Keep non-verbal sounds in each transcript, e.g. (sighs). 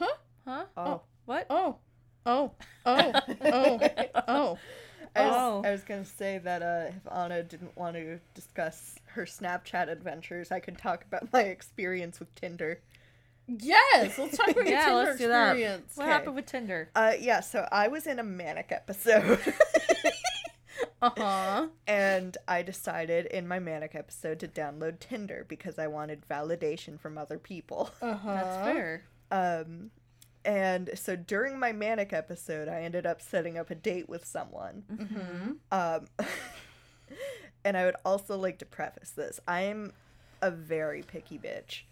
Oh. Oh, (laughs) Oh. gonna say that uh, if Anna didn't want to discuss her Snapchat adventures, I could talk about my experience with Tinder. Yes, let's talk about Yeah, your Tinder let's do that. experience. What Okay. happened with Tinder? Uh, yeah, so I was in a manic episode, (laughs) Uh huh. and I decided in my manic episode to download Tinder because I wanted validation from other people. Uh huh. That's fair. Um, and so during my manic episode, I ended up setting up a date with someone. Mm-hmm. Um, (laughs) and I would also like to preface this I'm a very picky bitch.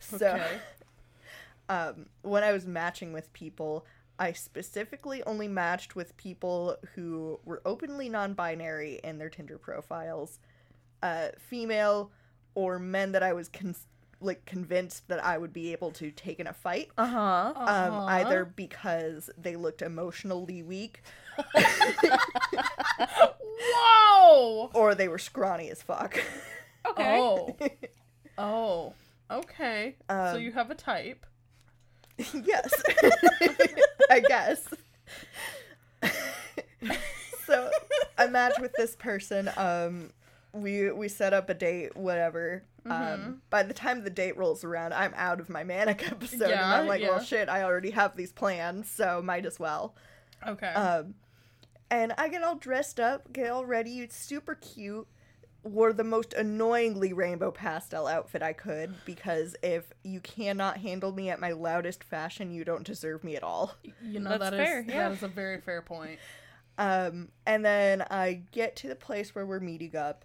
So, Okay. (laughs) um, when I was matching with people, I specifically only matched with people who were openly non binary in their Tinder profiles, uh, female or men that I was con- like convinced that I would be able to take in a fight Uh huh. um, Uh-huh. either because they looked emotionally weak (gasps) Whoa. or they were scrawny as fuck. (laughs) Okay. Oh. Oh. Okay. so Um, you have a type. (laughs) yes, (laughs) I guess. (laughs) so I matched with this person. Um, we we set up a date, whatever. Mm-hmm. Um, by the time the date rolls around, I'm out of my manic (laughs) episode, and Yeah, I'm like, well, yeah. shit, I already have these plans, so might as well. Okay. Um, and I get all dressed up, get all ready, it's super cute. Wore the most annoyingly rainbow pastel outfit I could because if you cannot handle me at my loudest fashion, you don't deserve me at all. you know that's that is fair, yeah. that is a very fair point. Um, and then I get to the place where we're meeting up,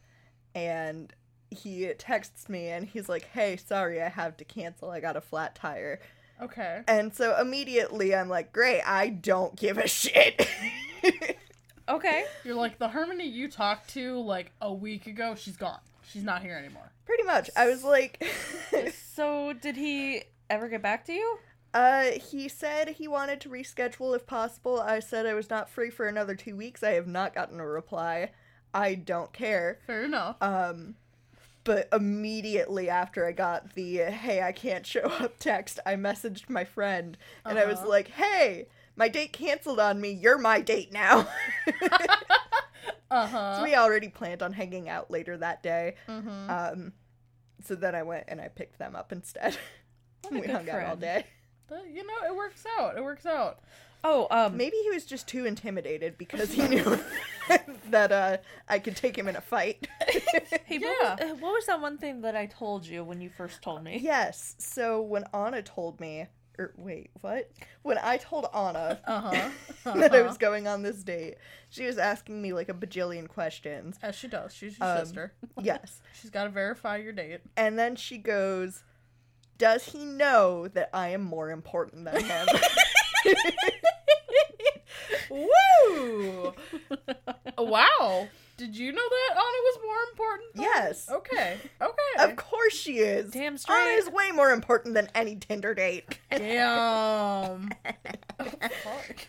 and he texts me and he's like, "Hey, sorry, I have to cancel. I got a flat tire." Okay. And so immediately I'm like, "Great, I don't give a shit." (laughs) (laughs) Okay. You're like the Harmony you talked to like a week ago. She's gone. She's not here anymore. Pretty much, I was like. (laughs) so did he ever get back to you? Uh, he said he wanted to reschedule if possible. I said I was not free for another two weeks. I have not gotten a reply. I don't care. Fair enough. Um, but immediately after I got the hey, I can't show up (laughs) text, I messaged my friend and I was Uh-huh. like, hey, my date canceled on me. You're my date now. (laughs) Uh Uh-huh. So huh. we already planned on hanging out later that day. hmm Mm. Um, so then I went and I picked them up instead. (laughs) a we good hung out all friend. day. But you know, it works out. It works out. Oh, um, Maybe he was just too intimidated because he knew (laughs) that uh, I could take him in a fight. (laughs) hey, what, was, uh, what was that one thing that I told you when you first told me? yes. So when Anna told me, or wait, what? When I told Anna (laughs) Uh (laughs) huh. that I was going on this date, she was asking me like a bajillion (laughs) questions. As she does. She's your Um, sister. Yes. She's got to verify your (laughs) date. And then she goes, Does he know that I am more important than (laughs) him? Woo! (laughs) wow. Did you know that Anna was more important? than- yes. (laughs) Okay. Okay. Of course she is. (laughs) Damn straight. Anna is way more important than any Tinder date. Damn. Fuck.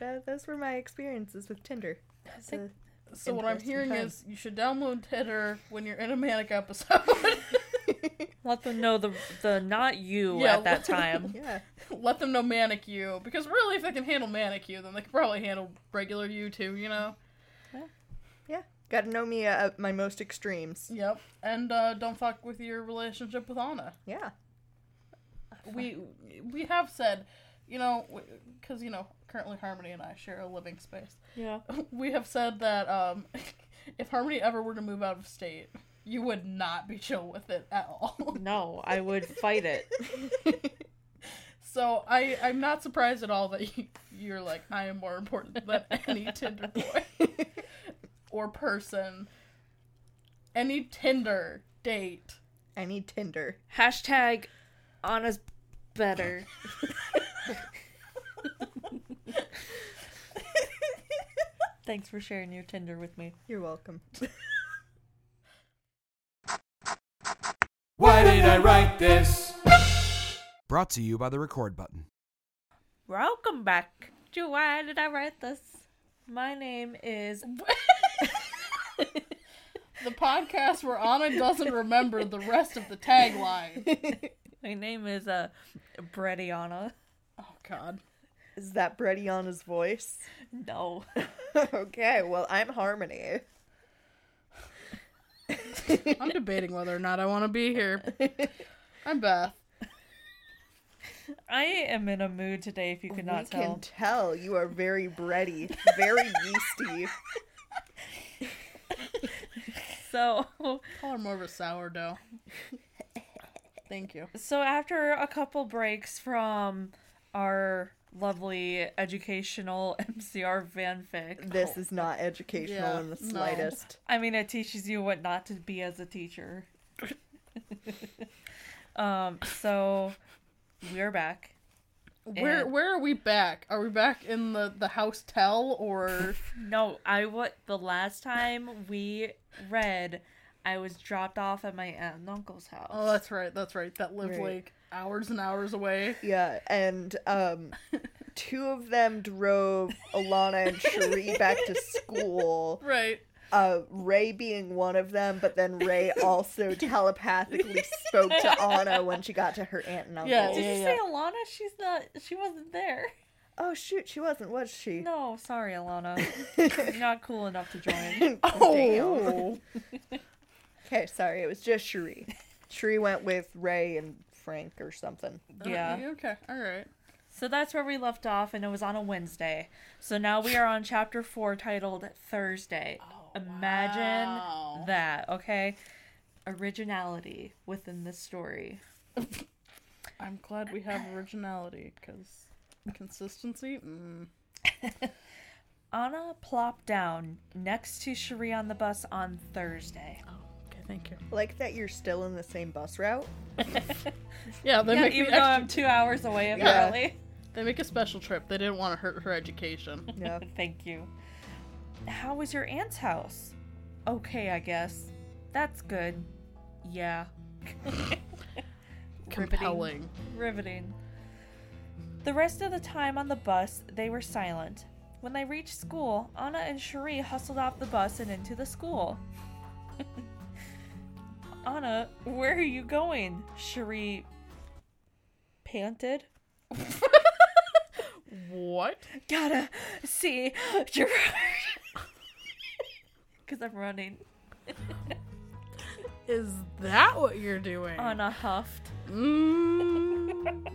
That, those were my experiences with Tinder. think- So what I'm Interesting hearing time. is you should download Tinder when you're in a manic episode. (laughs) Let them know the the not you Yeah, at that time. yeah. Let them know manic you because really, if they can handle manic you, then they can probably handle regular you too. You know. Yeah. Got to know me at my most extremes. Yep. And uh, don't fuck with your relationship with Anna. Yeah. (laughs) We we have said, you know, because you know currently Harmony and I share a living space. (laughs) yeah. We have said that um, (laughs) if Harmony ever were to move out of state, you would not be chill with it at all. (laughs) No, I would fight it. So I I'm not surprised at all that you, you're like I am more important than (laughs) any Tinder boy or person, any Tinder date. (laughs) I need Tinder. Hashtag Anna's better. Thanks for sharing your Tinder with me. You're welcome. Why did I write this? Brought to you by the record button. Welcome back to Why Did I Write This? My name is. The podcast where Anna doesn't remember the rest of the tagline. My name is uh, Brettiana. Oh God. Is that Brediana's (laughs) voice? No. okay, well, I'm Harmony. I'm debating whether or not I want to be here. I'm Beth. I am in a mood today if you could not we tell. can tell you are very (laughs) bready, very yeasty. So (laughs) Call her more of a sourdough. Thank you. so after a couple breaks from our lovely educational (laughs) MCR fanfic. This is not educational Yeah, in the no. slightest. I mean, it teaches you what not to be as a teacher. (laughs) um, so we're back. Where And- where are we back? Are we back in the the house tell (laughs) or No, I what the last time we read, I was dropped off at my aunt and uncle's house. Oh, that's right. That's right. That lived Right. like hours and hours away. Yeah, and um, two of them drove Alana and Cherie back to school. Right. Uh, Ray being one of them, but (laughs) then Ray also telepathically spoke to Anna when she got to her aunt and uncle. Yeah, Did yeah, you say Alana? She's not. She wasn't there. Oh shoot, she wasn't, was she? (laughs) No, (laughs) sorry, Alana. not cool enough to join. (laughs) Oh. Okay, sorry, it was just Cherie. Cherie went with Ray and Frank or something. Yeah. Okay. All right. So that's where we left off, and it was on a Wednesday. So now we are on chapter four titled Thursday. Imagine Oh, wow. that, okay? Originality within this story. I'm glad we have originality because consistency. Mm. Anna plopped down next to Cherie on the bus on Thursday. Oh, okay. Thank you. Like that you're still in the same bus route. Yeah, they Yeah, make an even though extra- I'm two hours away, apparently. they make a special trip. They didn't want to hurt her education. (laughs) No. Thank you. How was your aunt's house? Okay, I guess. That's good. Yeah. Riveting. Compelling. Riveting. The rest of the time on the bus, they were silent. When they reached school, Anna and Cherie hustled off the bus and into the school. (laughs) Anna, where are you going? Cherie panted. What? Gotta (laughs) see Gerard. (laughs) Because I'm running. Is that what you're doing? Anna huffed. (laughs) Mm.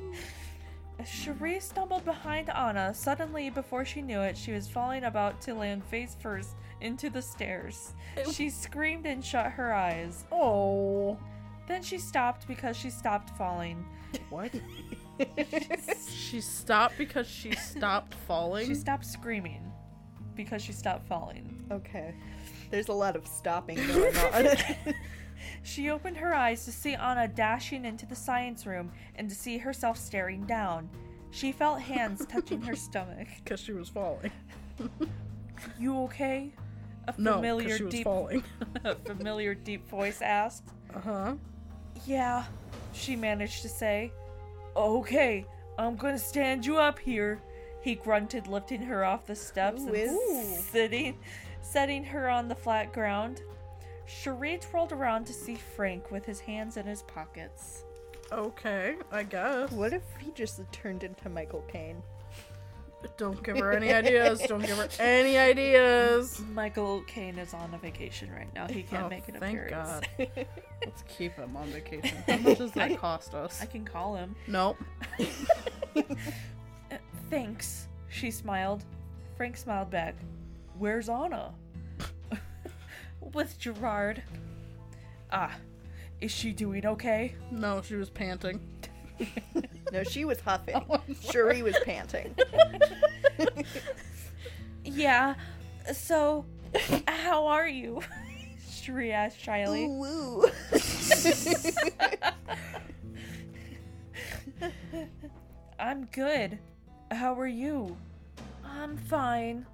Cherie stumbled behind Anna. Suddenly, before she knew it, she was falling about to land face first into the stairs. She screamed and shut her eyes. oh. Then she stopped because she stopped falling. What? She stopped because (laughs) she stopped falling. She stopped screaming because she stopped falling. Okay. There's a lot of stopping going on. (laughs) (laughs) She opened her eyes to see Anna dashing into the science room and to see herself staring down. She felt (laughs) hands touching her stomach. Because she was (laughs) falling. You okay? A No, familiar because she was deep falling. (laughs) a familiar deep voice asked. Uh huh. Yeah, she managed to say. Okay, I'm gonna stand you up here. He grunted, lifting her off the steps Who and is- (laughs) sitting, setting her on the flat ground. Cherie twirled around to see Frank with his hands in his pockets. Okay, I guess. what if he just turned into Michael Caine? Don't give her (laughs) any ideas. Don't give her any ideas. Michael Caine is on a vacation right now. He can't make an Oh, thank appearance. God. (laughs) Let's keep him on vacation. How much does that cost us? I can call him. Nope. Thanks, she smiled. Frank smiled back. Where's (laughs) Anna? With Gerard. Ah, is she doing okay? No, she was panting. No, she was (laughs) huffing. Oh, Cherie was panting. Yeah, (laughs) so how are you? Shri asked shyly. Woo. I'm good. How are you? I'm fine.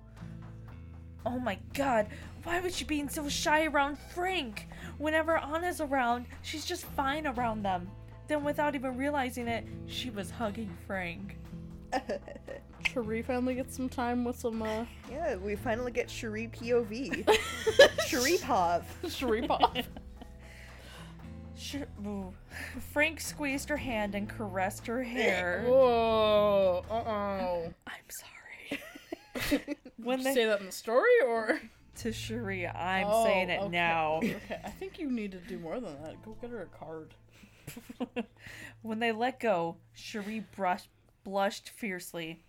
Oh my god, why was she being so shy around Frank? Whenever Anna's around, she's just fine around them. Then, without even realizing it, she was hugging Frank. Cherie finally gets some time with some uh, yeah, we finally get Cherie (laughs) POV. Cherie Pov. Cherie pop. Sh- ooh. Frank squeezed her hand and caressed (laughs) her hair. (laughs) Whoa. Uh oh. I'm sorry. (laughs) when Say they that in the story or? to Sharia, I'm Oh, saying it okay. now. (laughs) Okay. I think you need to do more than that. Go get her a card. When they let go, Cherie brushed, blushed fiercely.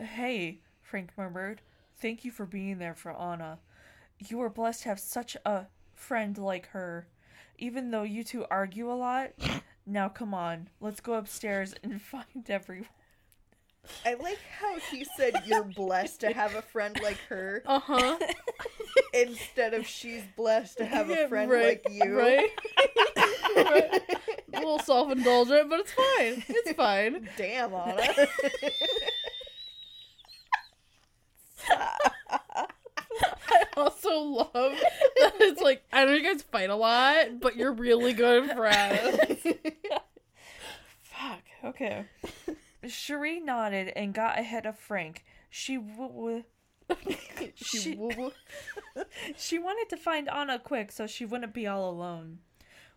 Hey, Frank murmured. Thank you for being there for Anna. You are blessed to have such a friend like her. Even though you two argue a lot, now come on, let's go upstairs and (laughs) find everyone. I like how he said you're blessed to have a friend like (laughs) her Uh Uh-huh. huh. instead of she's blessed to have a friend like you. (laughs) Right? right? A little self indulgent, but it's fine. It's fine. Damn, Anna. (laughs) I also love that it's like, I know you guys fight a lot, but you're really good friends. (laughs) Fuck, okay. (laughs) Cherie nodded and got ahead of Frank. She w- w- she, She- woo-woo. She wanted to find Anna quick so she wouldn't be all alone.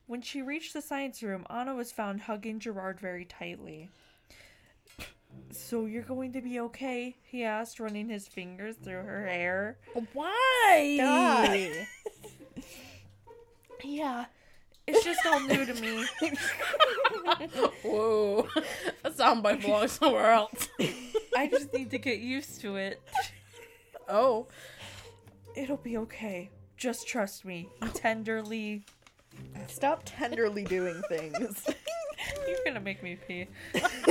When she reached the science room, Anna was found hugging Gerard very tightly. So you're going to be okay? he asked, running his fingers through her hair. Why? God. Yeah. It's just all new to me. Whoa. (laughs) That soundbite belongs somewhere else. I just need to get used to it. Oh. It'll be okay. Just trust me. He tenderly. Stop tenderly doing things. You're gonna make me pee. (laughs)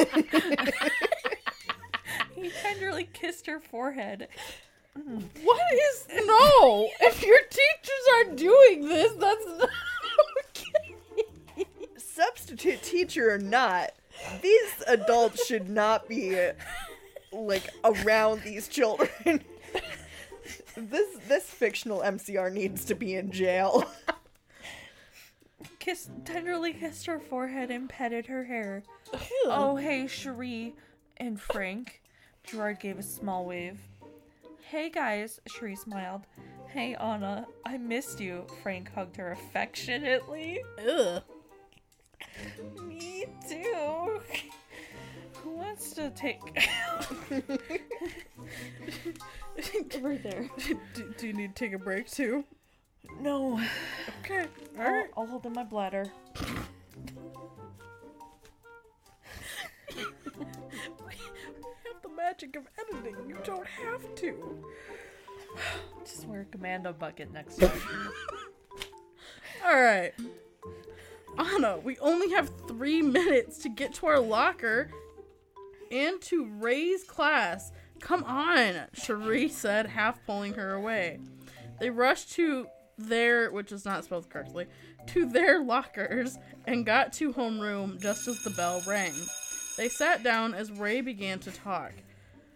he tenderly kissed her forehead. What is. No! If your teachers are doing this, that's not. Substitute teacher or not, these adults should not be like around these children. (laughs) this this fictional MCR needs to be in jail. (laughs) kissed tenderly kissed her forehead and petted her hair. Oh hey, Cherie and Frank. Gerard gave a small wave. Hey guys, Cherie smiled. Hey Anna, I missed you. Frank hugged her affectionately. Ugh. Me too. Who wants (laughs) to take Right there. (laughs) Do, do you need to take a break too? No. Okay. I'll, I'll hold in my bladder. have the magic of editing. You don't have to. (sighs) Just wear a commando bucket next time. All right. Anna, we only have three minutes to get to our locker and to Ray's class. Come on, Cherie said, half pulling her away. They rushed to their, which is not spelled correctly, to their lockers and got to homeroom just as the bell rang. They sat down as Ray began to talk.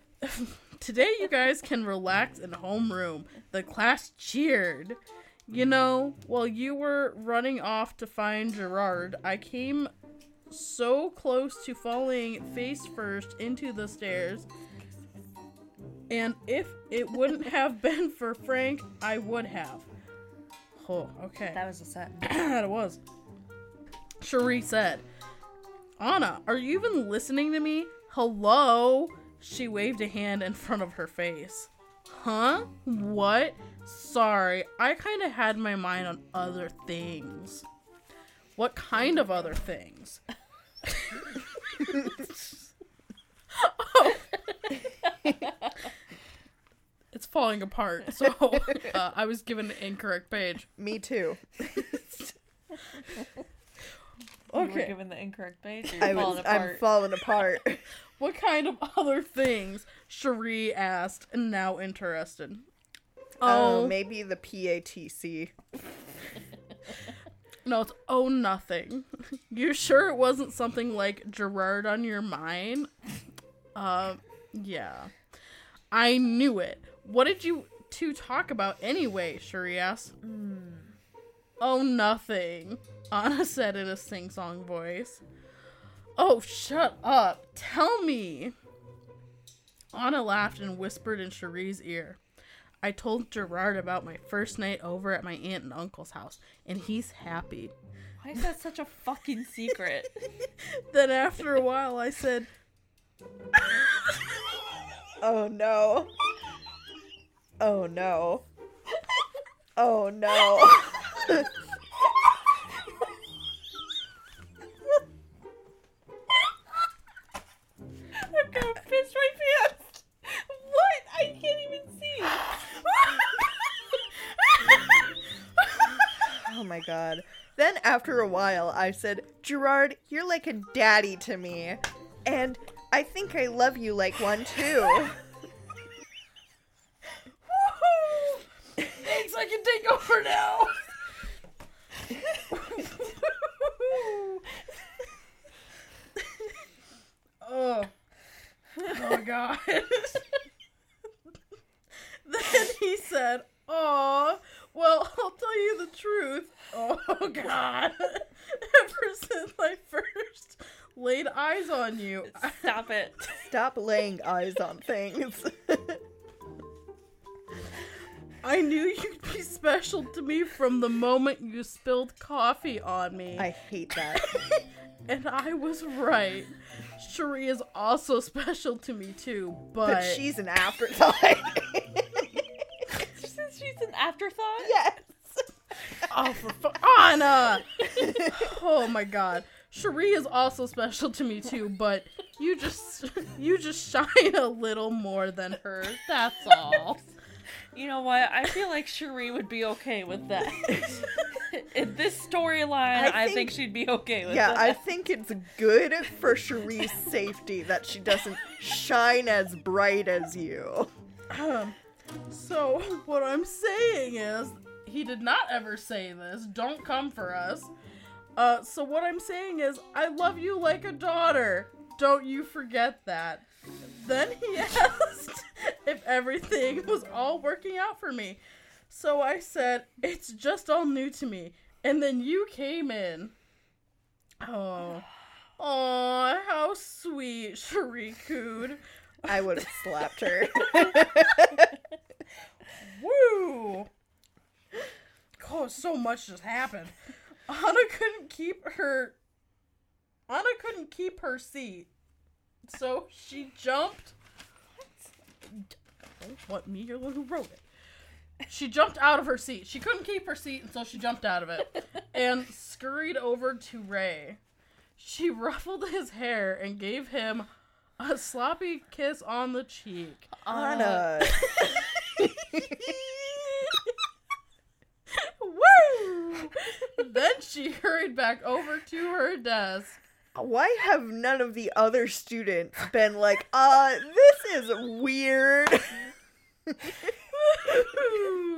(laughs) Today, you guys can relax in homeroom. The class cheered. You know, while you were running off to find Gerard, I came so close to falling face first into the stairs. And if it wouldn't have (laughs) been for Frank, I would have. Oh, okay. that was a sentence. it was. Cherie said, Anna, are you even listening to me? Hello? She waved a hand in front of her face. Huh? What? Sorry, I kind of had my mind on other things. What kind of other things? Oh. (laughs) It's falling apart, so uh, I was given an incorrect page. Me too. Okay. You were Okay. given the incorrect page. You're I falling was, I'm apart. falling apart. (laughs) What kind of (laughs) other things? Cherie asked, now interested. Oh, Oh, maybe the PATC. no, it's oh nothing. (laughs) You sure it wasn't something like Gerard on your mind? Uh, yeah. I knew it. What did you two talk about anyway? Cherie asked. Oh, nothing. Anna (laughs) said in a sing-song voice. Oh, shut up. Tell me. Anna laughed and whispered in Cherie's ear. I told Gerard about my first night over at my aunt and uncle's house, and he's happy. Why is that such a fucking (laughs) secret? Then after a while, I said, Oh no. Oh no. Oh no. I'm gonna piss my pants. What? I can't even see. Oh my god. Then after a while, I said, Gerard, you're like a daddy to me. And I think I love you like one too. Thanks, I can take over now. "Oh, oh my god." then he said, "Oh, well, I'll tell you the truth. Oh god, (laughs) ever since I first laid eyes on you, I- Stop it. (laughs) Stop laying eyes on things. (laughs) I knew you'd be special to me from the moment you spilled coffee on me." I hate that. And I was right. Cherie is also special to me too, but, But she's (laughs) an afterthought. (laughs) Since she's an afterthought. yes. oh for fu- Anna. oh my god. Cherie is also special to me too, but you just you just shine a little more than her. That's all. (laughs) You know what? I feel like Cherie would be okay with (laughs) that. In this storyline, I I, think- think she'd be okay with Yeah, I that. think it's good for Cherie's safety that she doesn't shine as bright as you. Um, so (laughs) what I'm saying is, he did not ever say this. Don't come for us. Uh, so what I'm saying is, I love you like a daughter. Don't you forget that. Then he (laughs) asked if everything was all working out for me. So I said, it's just all new to me. And then you came in. Oh. Aw, how sweet, Cherie Coon. I would have (laughs) slapped her. Woo! Oh, so much just happened. Anna couldn't keep her. Anna couldn't keep her seat, so she jumped. Don't want me? You're the one who wrote it. She jumped out of her seat. She couldn't keep her seat, and so she jumped out of it and scurried over to Ray. She (laughs) ruffled his hair and gave him a sloppy kiss on the cheek. Anna. Woo! then she hurried back over to her desk. Why have none of the other students been like, uh, this is weird? Because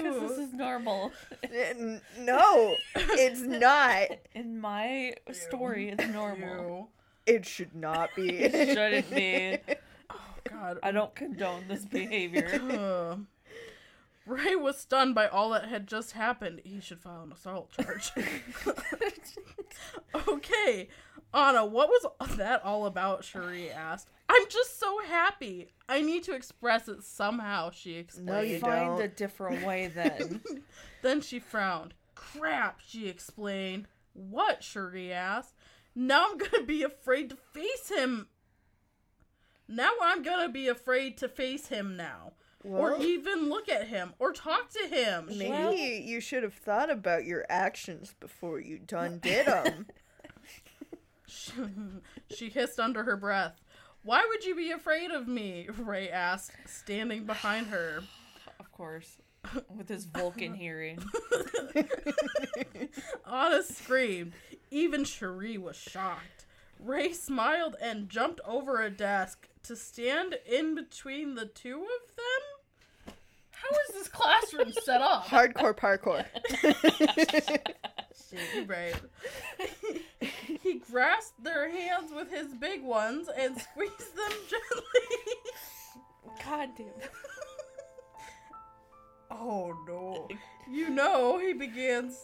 this is normal. N- no, it's not. In my story, it's normal. Ew. It should not (laughs) be. Shouldn't be. God. I don't condone this behavior. Uh, Ray was stunned by all that had just happened. He should file an assault charge. okay, Anna, what was that all about? Cherie asked. I'm just so happy. I need to express it somehow, she explained. No, you Find don't. a different way (laughs) then. Then she frowned. Crap, she explained. What? Shuri asked. Now I'm gonna be afraid to face him. Now I'm gonna be afraid to face him now. or Well- even look at him. Or talk to him. (laughs) She- Maybe you should have thought about your actions before you done did them. she hissed under her breath. Why would you be afraid of me? Ray asked, standing behind her. Of course. With his Vulcan hearing. Anna screamed. Even Cherie was shocked. Ray smiled and jumped over a desk to stand in between the two of them. How is this classroom set (laughs) up? Hardcore parkour. (laughs) Right. he grasped their hands with his big ones (laughs) and squeezed them gently. God damn. (laughs) Oh no. You know, he begins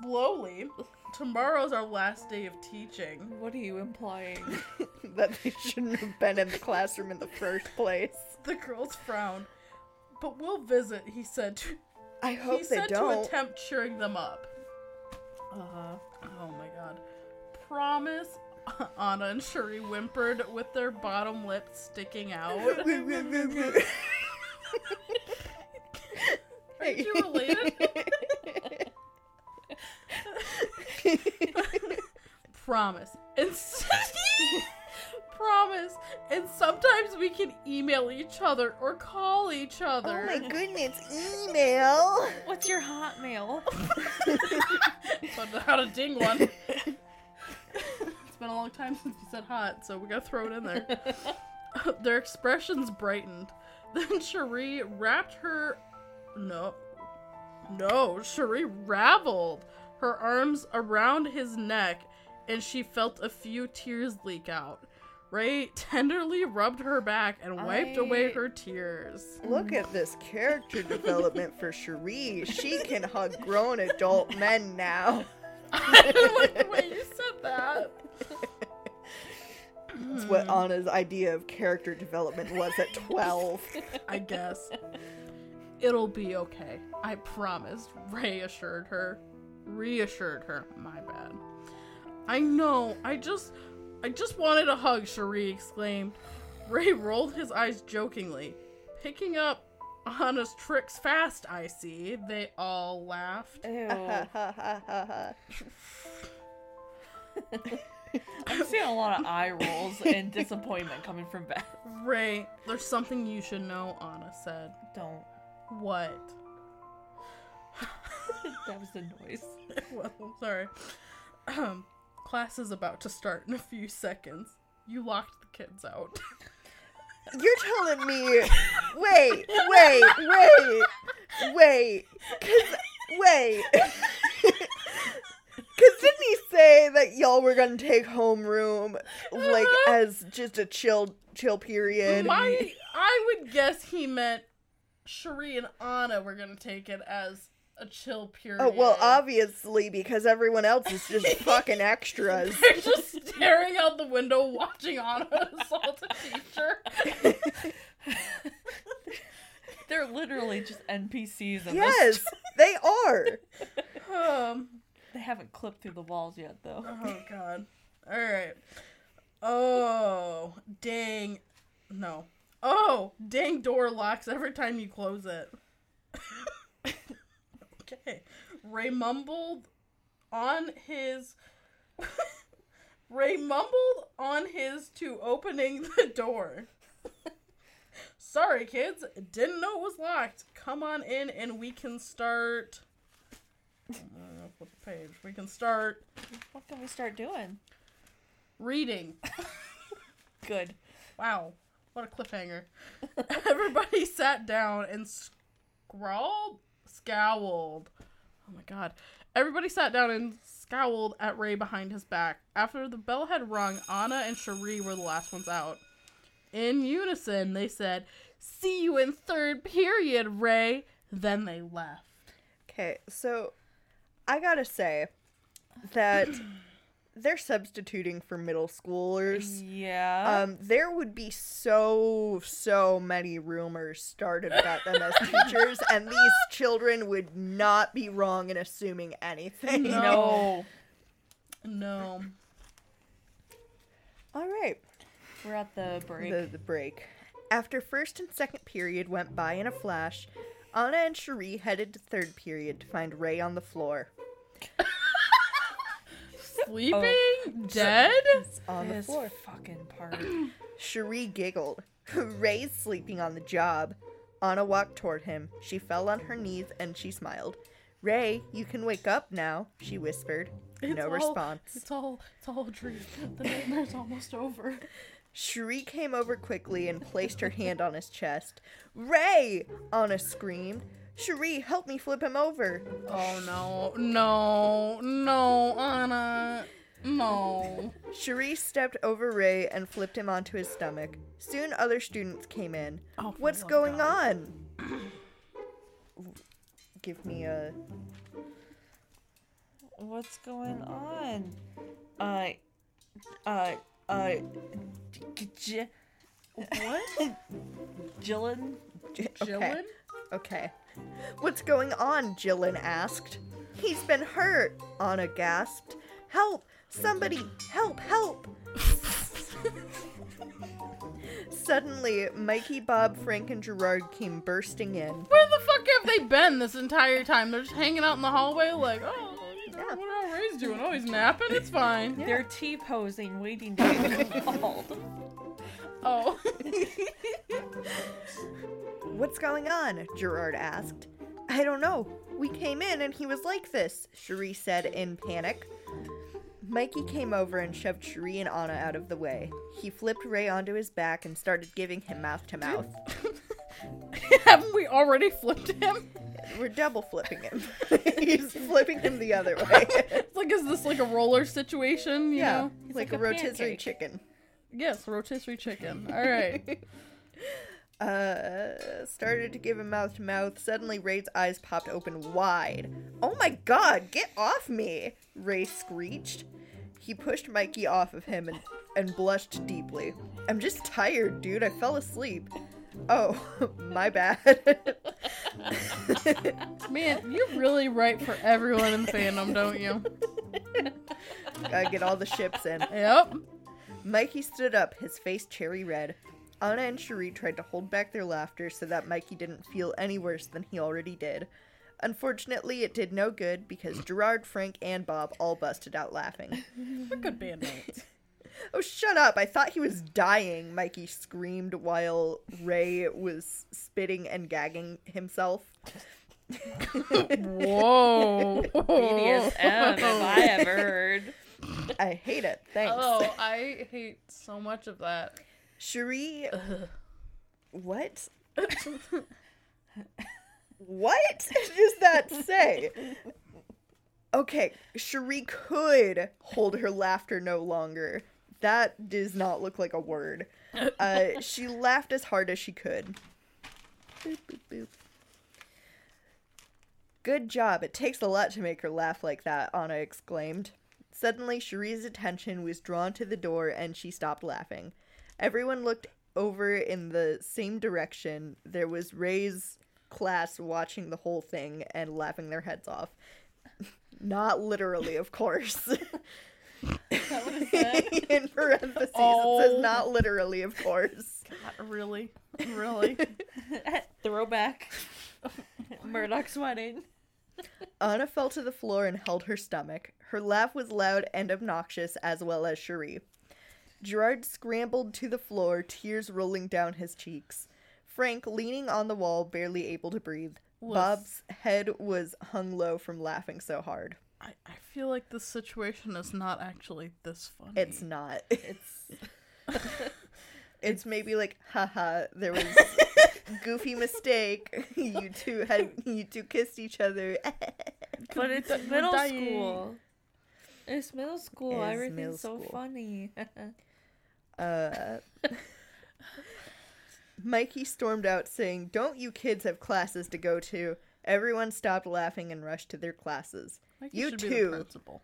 slowly. Tomorrow's our last day of teaching. What are you implying? (laughs) that they shouldn't have been in the classroom in the first place. The girls frowned. But we'll visit, he said. To, I hope he they said to don't. Uh-huh. attempt cheering them up. Oh my god. Promise. (laughs) Anna and Shuri whimpered with their bottom lip sticking out. (laughs) Oh Are you related? (laughs) Promise. And s- (laughs) Promise. And sometimes we can email each other or call each oh other. (laughs) my goodness, email. What's your hotmail? Don't know how to ding one. it's been a long time since you said hot, so we gotta throw it in there. (laughs) Their expressions brightened. (laughs) Then Cherie wrapped her. No. No, Cherie raveled her arms around his neck and she felt a few tears leak out. Ray tenderly rubbed her back and wiped I- away her tears. Look at this character development for Cherie. She can hug grown adult men now. (laughs) I don't like the way you said (laughs) that. That's what Anna's idea of character development was at 12. I guess. It'll be okay. I promised, Ray assured her. Reassured her. My bad. I know. I just I just wanted a hug, Cherie exclaimed. Ray rolled his eyes jokingly. Picking up Anna's tricks fast, I see. They all laughed. Ew. I'm seeing a lot of eye rolls and disappointment coming from Beth. Ray, there's something you should know, Anna said. Don't. What? That was the noise. well, I'm sorry. Um, class is about to start in a few seconds. You locked the kids out. You're telling me. Wait, wait, wait, wait. Cause, wait. (laughs) Cause didn't he say that y'all were gonna take homeroom like as just a chill chill period? My, I would guess he meant Cherie and Anna were gonna take it as a chill period. Oh well, obviously because everyone else is just fucking extras. They're just staring out the window, watching Anna (laughs) assault a teacher. They're literally just NPCs. In This. Yes, they are. Um, They haven't clipped through the walls yet, though. Oh god. Alright. Oh dang no. Oh dang door locks every time you close it. okay. Ray mumbled on his Ray mumbled on his to opening the door. Sorry kids, didn't know it was locked. Come on in and we can start I don't know what page. We can start What can we start doing? reading. Good. Wow, what a cliffhanger. Everybody sat down and scrawled, scowled. Oh my god. Everybody sat down and scowled at Ray behind his back. After the bell had rung, Anna and Cherie were the last ones out. In unison, they said, See you in third period, Ray. Then they left. Okay, so I gotta say that they're substituting for middle schoolers. Yeah. Um, there would be so so many rumors started about them as teachers, and these children would not be wrong in assuming anything. No. no. No. All right, We're at the break. The, the break. After first and second period went by in a flash, Anna and Cherie headed to third period to find Ray on the floor. Sleeping? Dead? On the this floor. fucking part. Cherie giggled. (laughs) Ray's sleeping on the job. Anna walked toward him. She fell on her knees and she smiled. Ray, you can wake up now, she whispered. no all- (laughs) response. It's all it's all a dream. The nightmare's almost over. Cherie came over quickly and placed her hand on his chest. Ray! Anna screamed. Cherie, help me flip him over. Oh no, no, no, Anna, no. Cherie stepped over Ray and flipped him onto his stomach. Soon other students came in. Oh, for What's the going love on? Give me a What's going on? Uh, uh, uh, J- J- What? (laughs) Jillian? Okay. Jillian? Okay. What's going on? Jillian asked. He's been hurt, Anna gasped. Help! Somebody! Help! Help! (laughs) Suddenly, Mikey, Bob, Frank, and Gerard came bursting in. Where the fuck have they been this entire time? They're just hanging out in the hallway, like, oh, you know, Yeah. what are Ray's doing? Oh, he's napping. It's fine. They're T posing, waiting to (laughs) be called. Oh, (laughs) What's going on? Gerard asked. I don't know. We came in and he was like this, Cherie said in panic. Mikey came over and shoved Cherie and Anna out of the way. He flipped Ray onto his back and started giving him mouth to mouth. haven't we already flipped him? We're double flipping him. (laughs) He's flipping him the other way. It's like, is this like a roller situation? You yeah, Know? like, like a a rotisserie pancake. chicken. Yes, rotisserie chicken. All right. Uh, started to give him mouth to mouth. Suddenly, Ray's eyes popped open wide. Oh my god, get off me! Ray screeched. He pushed Mikey off of him and, and blushed deeply. I'm just tired, dude. I fell asleep. Oh, (laughs) my bad. (laughs) Man, you're really right for everyone in the fandom, don't (laughs) you? Gotta get all the ships in. Yep. Mikey stood up, his face cherry red. Anna and Cherie tried to hold back their laughter so that Mikey didn't feel any worse than he already did. Unfortunately, it did no good because Gerard, Frank, and Bob all busted out laughing. We're good bandmates. Oh, shut up! I thought he was dying, Mikey screamed while Ray was spitting and gagging himself. (laughs) Whoa. BDSM, (laughs) if (laughs) I ever heard. I hate it, thanks. Oh, I hate so much of that. Cherie. What? what does that say? Okay, Cherie could hold her laughter no longer. That does not look like a word. Uh, she laughed as hard as she could. Boop, boop, boop. Good job. It takes a lot to make her laugh like that, Anna exclaimed. Suddenly, Cherie's attention was drawn to the door and she stopped laughing. Everyone looked over in the same direction. There was Ray's class watching the whole thing and laughing their heads off. (laughs) Not literally, of course. (laughs) in parentheses, it Oh. says not literally, of course. Not Uh, really. Really. (laughs) Throwback. Murdoch's wedding. Anna fell to the floor and held her stomach. Her laugh was loud and obnoxious, as well as Cherie. Gerard scrambled to the floor, tears rolling down his cheeks. Frank, leaning on the wall, barely able to breathe. Was- Bob's head was hung low from laughing so hard. I, I feel like this situation is not actually this funny. It's not. It's (laughs) it's maybe like, haha, there was goofy mistake. (laughs) you two had you two kissed each other. But it's We're (laughs) middle dying. school. It's middle school. It's Everything's middle so school. funny. Uh, (laughs) Mikey stormed out saying, Don't you kids have classes to go to? Everyone stopped laughing and rushed to their classes. Like you should be the too. (laughs) principal.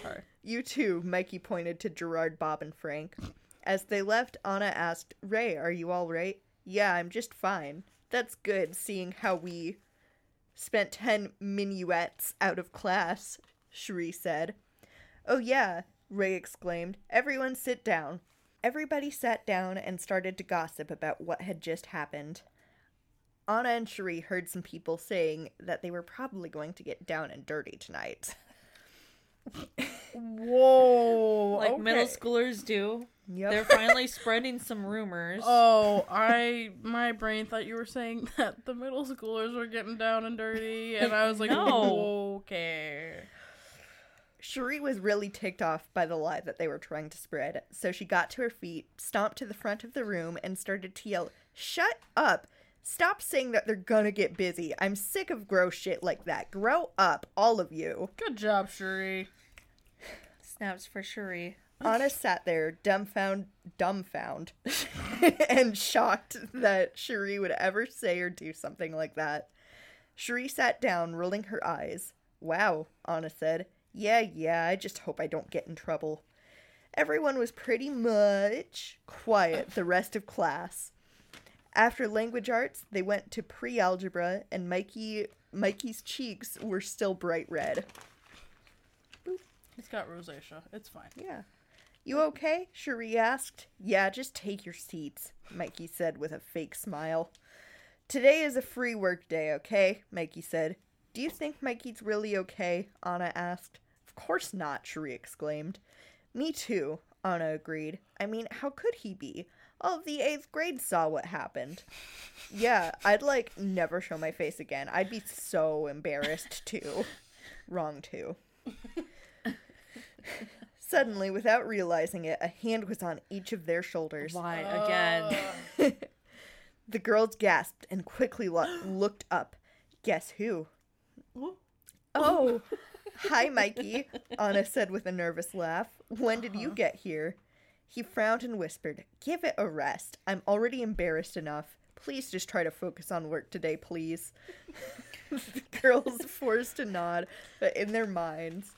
Sorry. You too, Mikey pointed to Gerard, Bob, and Frank. As they left, Anna asked, Ray, are you all right? Yeah, I'm just fine. That's good, seeing how we spent 10 minuets out of class, Cherie said. Oh, yeah, Ray exclaimed. Everyone sit down. Everybody sat down and started to gossip about what had just happened. Anna and Cherie heard some people saying that they were probably going to get down and dirty tonight. Whoa. like middle okay. schoolers do. Yep. They're finally spreading some rumors. (laughs) Oh, I my brain thought you were saying (laughs) that the middle schoolers were getting down and dirty, and I was like, No. okay. Cherie was really ticked off by the lie that they were trying to spread, so she got to her feet, stomped to the front of the room, and started to yell, Shut up! Stop saying that they're gonna get busy. I'm sick of gross shit like that. Grow up, all of you. Good job, Shuri. Snaps for Cherie. Anna sat there, dumbfound, dumbfound, (laughs) and shocked that Cherie would ever say or do something like that. Cherie sat down, rolling her eyes. Wow, Anna said. Yeah, yeah, I just hope I don't get in trouble. Everyone was pretty much quiet the rest of class. After language arts, they went to pre algebra, and Mikey Mikey's cheeks were still bright red. He's got rosacea. It's fine. Yeah. You okay? Cherie asked. Yeah, just take your seats, Mikey said with a fake smile. Today is a free work day, okay? Mikey said. Do you think Mikey's really okay? Anna asked. Of course not, Cherie exclaimed. Me too, Anna agreed. I mean, how could he be? All of the eighth grade saw what happened. Yeah, I'd like never show my face again. I'd be so embarrassed too. Wrong too. Suddenly, without realizing it, a hand was on each of their shoulders. Why again? Oh. The girls gasped and quickly lo- looked up. Guess who? Oh, hi, Mikey, Anna said with a nervous laugh. When did you get here? He frowned and whispered, Give it a rest. I'm already embarrassed enough. Please just try to focus on work today, please. (laughs) the girls forced a nod, but in their minds,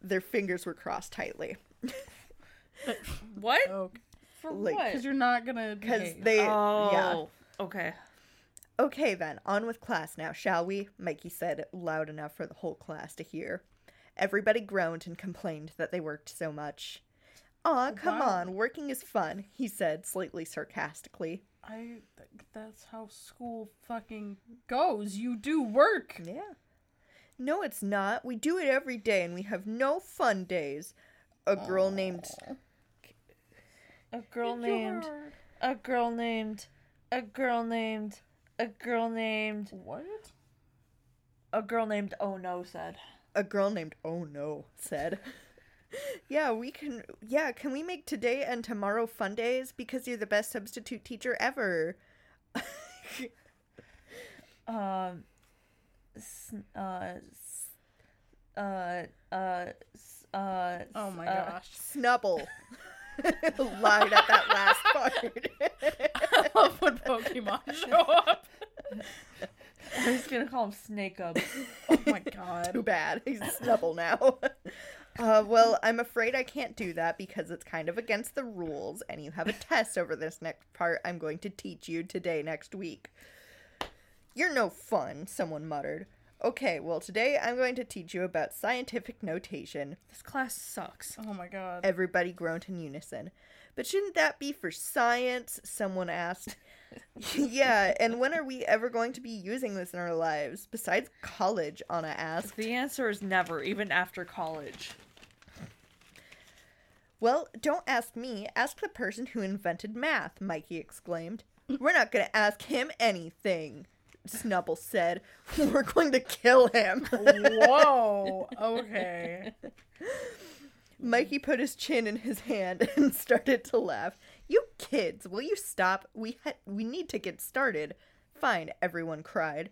their fingers were crossed tightly. What? Oh, For like, what? because you're not (laughs) gonna. Because behave. they, oh, yeah. okay. Okay, then, on with class now, shall we? Mikey said, loud enough for the whole class to hear. Everybody groaned and complained that they worked so much. Aw, come Wow. on, working is fun, he said, slightly sarcastically. I. th- that's how school fucking goes. You do work. Yeah. No, it's not. We do it every day and we have no fun days. A girl named. A girl named. A girl named. A girl named. A girl named. What? A girl named. Oh no, said. A girl named Oh No said. (laughs) Yeah, we can. Yeah, can we make today and tomorrow fun days? Because you're the best substitute teacher ever. Um. s- Uh. s- Uh. Uh. s- Uh. (laughs) Oh my uh, (laughs) gosh. (laughs) Snubble. Lied at that last part. (laughs) I love when Pokemon show up. I was gonna call him Snake Up. Oh my god. Too bad. He's a snubble now. (laughs) Uh, well, I'm afraid I can't do that because it's kind of against the rules, and you have a test over this next part I'm going to teach you today next week. You're no fun, someone muttered. Okay, well, today I'm going to teach you about scientific notation. this class sucks. Oh my (laughs) god. Everybody groaned in unison. But shouldn't that be for science? Someone asked. yeah, and when are we ever going to be using this in our lives? Besides college, Anna asked. The answer is never, even after college. Well, don't ask me. Ask the person who invented math, Mikey exclaimed. We're not going to ask him anything, Snubble said. (laughs) We're going to kill him. Whoa. (laughs) Okay. Mikey put his chin in his hand (laughs) and started to laugh. You kids, will you stop? We ha- we need to get started. Fine, everyone cried.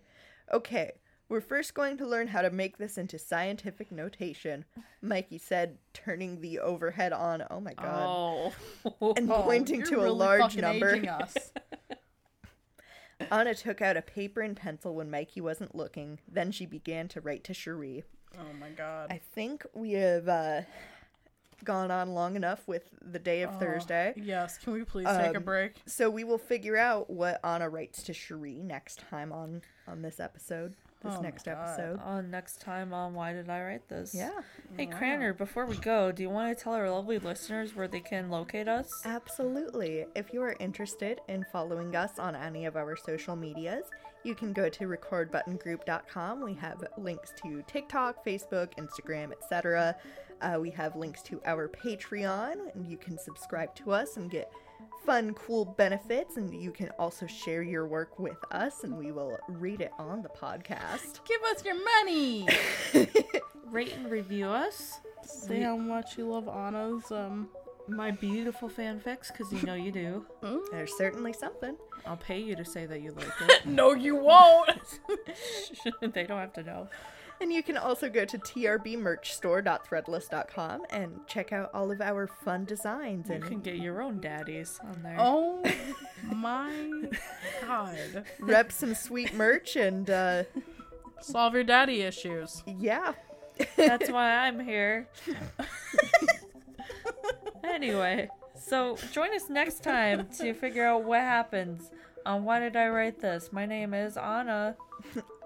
Okay, we're first going to learn how to make this into scientific notation, Mikey said, turning the overhead on. Oh my god. Oh. And Oh, pointing you're to a really large fucking number. aging (laughs) us. Anna took out a paper and pencil when Mikey wasn't looking. Then she began to write to Cherie. Oh my god. I think we have uh, gone on long enough with the day Oh, of Thursday. Yes. Can we please take a Um, break? So we will figure out what Anna writes to Cherie next time on on this episode. This Oh my next God. episode. Uh, next time on Why Did I Write This? Yeah. Hey, Craner, before we go, do you want to tell our lovely listeners where they can locate us? Absolutely. If you are interested in following us on any of our social medias, you can go to recordbuttongroup.com. We have links to TikTok, Facebook, Instagram, etc. Uh, we have links to our Patreon, and you can subscribe to us and get fun, cool benefits. And you can also share your work with us, and we will read it on the podcast. Give us your (laughs) money. Rate and review us. Say how much you love Anna's. Um. My beautiful fanfics, because you know you do. There's certainly something. I'll pay you to say that you like it. (laughs) Oh, No, you won't. (laughs) they don't have to know. And you can also go to trbmerchstore.threadless.com and check out all of our fun designs You and can get your own daddies on there. oh my (laughs) god. rep some sweet merch and uh (laughs) Solve your daddy issues. yeah. That's why I'm here. (laughs) anyway, so join us next time Um, to figure out what happens on Why Did I Write This. My name is Anna.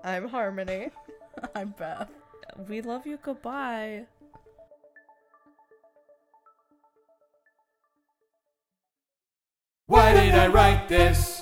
I'm Harmony. (laughs) I'm Beth. We love you. Goodbye. Why did I write this?